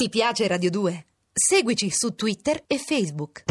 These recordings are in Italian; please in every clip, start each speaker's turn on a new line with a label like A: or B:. A: Ti piace Radio 2? Seguici su Twitter e Facebook.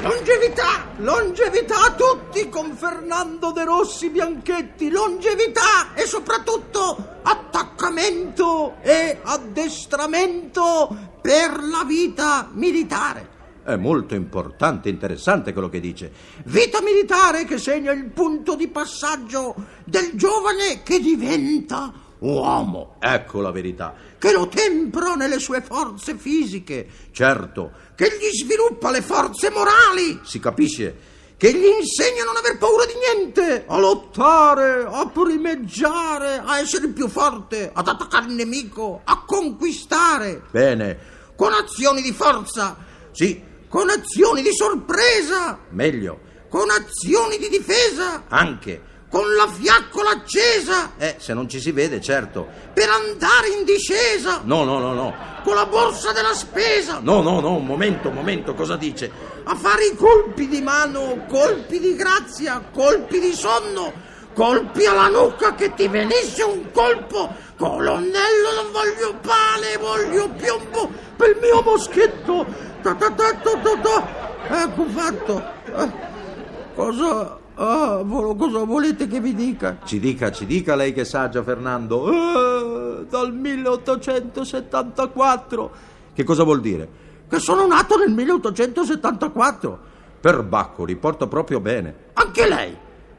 B: Longevità! Longevità a tutti con Fernando De Rossi Bianchetti! Longevità e soprattutto attaccamento e addestramento per la vita militare! È molto importante, interessante quello che dice. Vita militare che segna il punto di passaggio del giovane che diventa uomo. Ecco la verità. Che lo tempra nelle sue forze fisiche, certo. Che gli sviluppa le forze morali, si capisce. Che gli insegna a non aver paura di niente, a lottare, a primeggiare, a essere più forte, ad attaccare il nemico, a conquistare. Bene. Con azioni di forza. Sì. Con azioni di sorpresa. Meglio. Con azioni di difesa. Anche. Con la fiaccola accesa. Eh, se non ci si vede, certo. Per andare in discesa. No, no, no, no. Con la borsa della spesa. No, no, no, un momento, un momento, cosa dice? A fare i colpi di mano, colpi di grazia, colpi di sonno. Colpi alla nuca che ti venisse un colpo. Colonnello, non voglio pane, voglio piombo per il mio moschetto. Ta ta ta ta ta ta. Ecco fatto. Eh, Cosa, ah, vo- cosa volete che vi dica?
C: Ci dica, ci dica lei che è saggio, Fernando.
B: Eh, dal 1874.
C: Che cosa vuol dire?
B: Che sono nato nel 1874.
C: Perbacco, riporta proprio bene,
B: Anche lei.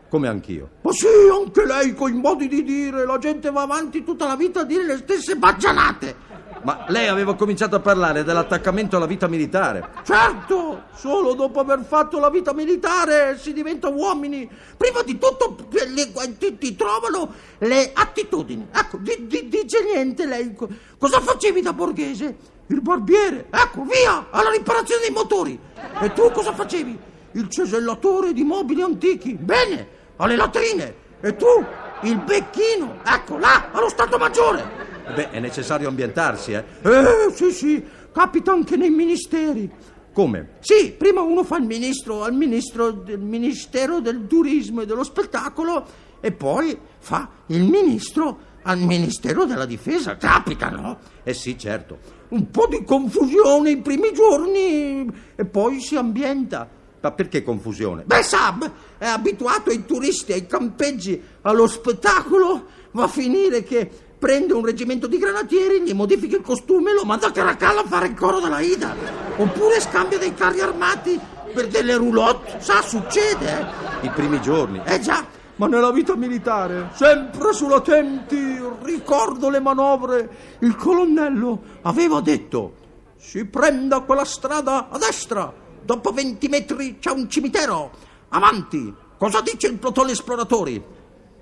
C: come anch'io.
B: Ma sì, anche lei, coi modi di dire. La gente va avanti tutta la vita a dire le stesse baggianate.
C: Ma lei aveva cominciato a parlare dell'attaccamento alla vita militare.
B: Certo, solo dopo aver fatto la vita militare si diventa uomini. Prima di tutto eh, le- eh, ti, ti trovano le attitudini. Ecco, di- di- dice niente lei. Co- Cosa facevi da borghese? Il barbiere. Ecco, via, alla riparazione dei motori. E tu cosa facevi? Il cesellatore di mobili antichi. Bene, alle latrine. E tu? Il becchino. Ecco, là, allo Stato Maggiore.
C: Beh, è necessario ambientarsi, eh?
B: Eh, sì, sì, capita anche nei ministeri.
C: Come?
B: Sì, prima uno fa il ministro al ministro del Ministero del Turismo e dello Spettacolo e poi fa il ministro al Ministero della Difesa. Capita, no?
C: Eh sì, certo.
B: Un po' di confusione i primi giorni e poi si ambienta.
C: Ma perché confusione?
B: Beh, Sab è abituato ai turisti, ai campeggi, allo spettacolo, va a finire che prende un reggimento di granatieri, gli modifica il costume e lo manda a Caracalla a fare il coro della Ida. Oppure scambia dei carri armati per delle roulotte. Sa, succede,
C: I primi giorni.
B: eh. Eh già. Ma nella vita militare, sempre sulla tenti, ricordo le manovre. Il colonnello aveva detto... Si prenda quella strada a destra. Dopo 20 metri c'è un cimitero. Avanti. Cosa dice il plotone esploratori?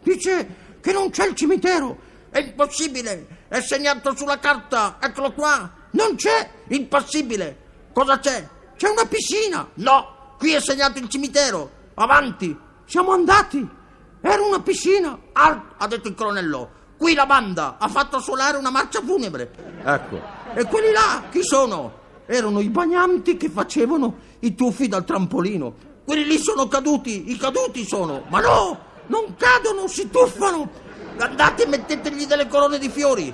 B: Dice che non c'è il cimitero. È impossibile. È segnato sulla carta. Eccolo qua. Non c'è. Impossibile. Cosa c'è? C'è una piscina. No. Qui è segnato il cimitero. Avanti. Siamo andati. Era una piscina. Alt, ha detto il colonnello. Qui la banda ha fatto solare una marcia funebre.
C: Ecco.
B: E quelli là chi sono? Erano i bagnanti che facevano i tuffi dal trampolino. Quelli lì sono caduti, i caduti sono. Ma no, non cadono, si tuffano. Andate e mettetegli delle corone di fiori.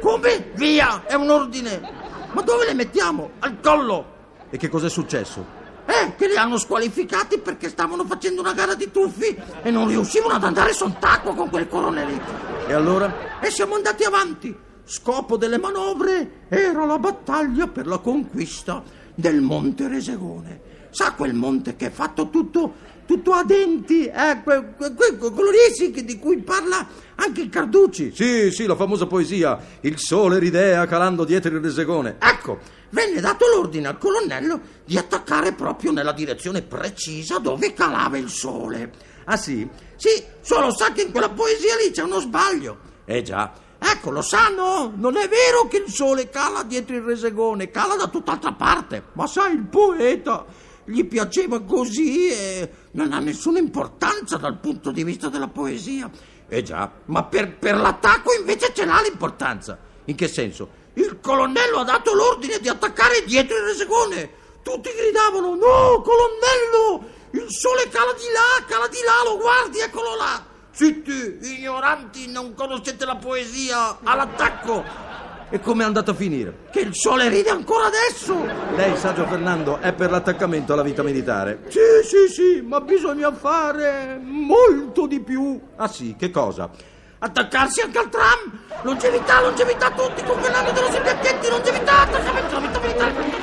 B: Come? Via, è un ordine. Ma dove le mettiamo? Al collo.
C: E che cosa è successo?
B: Eh, che li hanno squalificati perché stavano facendo una gara di tuffi e non riuscivano ad andare sott'acqua con quel corone lì.
C: E allora?
B: e siamo andati avanti. Scopo delle manovre era la battaglia per la conquista del Monte Resegone. Sa quel monte che è fatto tutto, tutto a denti, eh, que, que, que- quello lì sì che- di cui parla anche il Carducci.
C: Sì, sì, la famosa poesia. Il sole ridea calando dietro il resegone.
B: Ecco, venne dato l'ordine al colonnello di attaccare proprio nella direzione precisa dove calava il sole.
C: Ah sì?
B: Sì, solo sa che in quella poesia lì c'è uno sbaglio.
C: Eh già.
B: Ecco, lo sanno, non è vero che il sole cala dietro il resegone, cala da tutt'altra parte. Ma sai, il poeta gli piaceva così e non ha nessuna importanza dal punto di vista della poesia.
C: Eh già.
B: Ma per, per l'attacco invece ce l'ha l'importanza.
C: In che senso?
B: Il colonnello ha dato l'ordine di attaccare dietro il resegone. Tutti gridavano, no, colonnello, il sole cala di là, cala di là, lo guardi, eccolo là. Zitti, ignoranti, non conoscete la poesia, all'attacco.
C: E come è andata a finire?
B: Che il sole ride ancora adesso.
C: Lei, saggio Fernando, è per l'attaccamento alla vita militare.
B: Sì, sì, sì, ma bisogna fare molto di più.
C: Ah sì, che cosa?
B: Attaccarsi anche al tram! Longevità, longevità tutti, con Fernando dello Silviacchetti, longevità, attaccamento alla vita militare!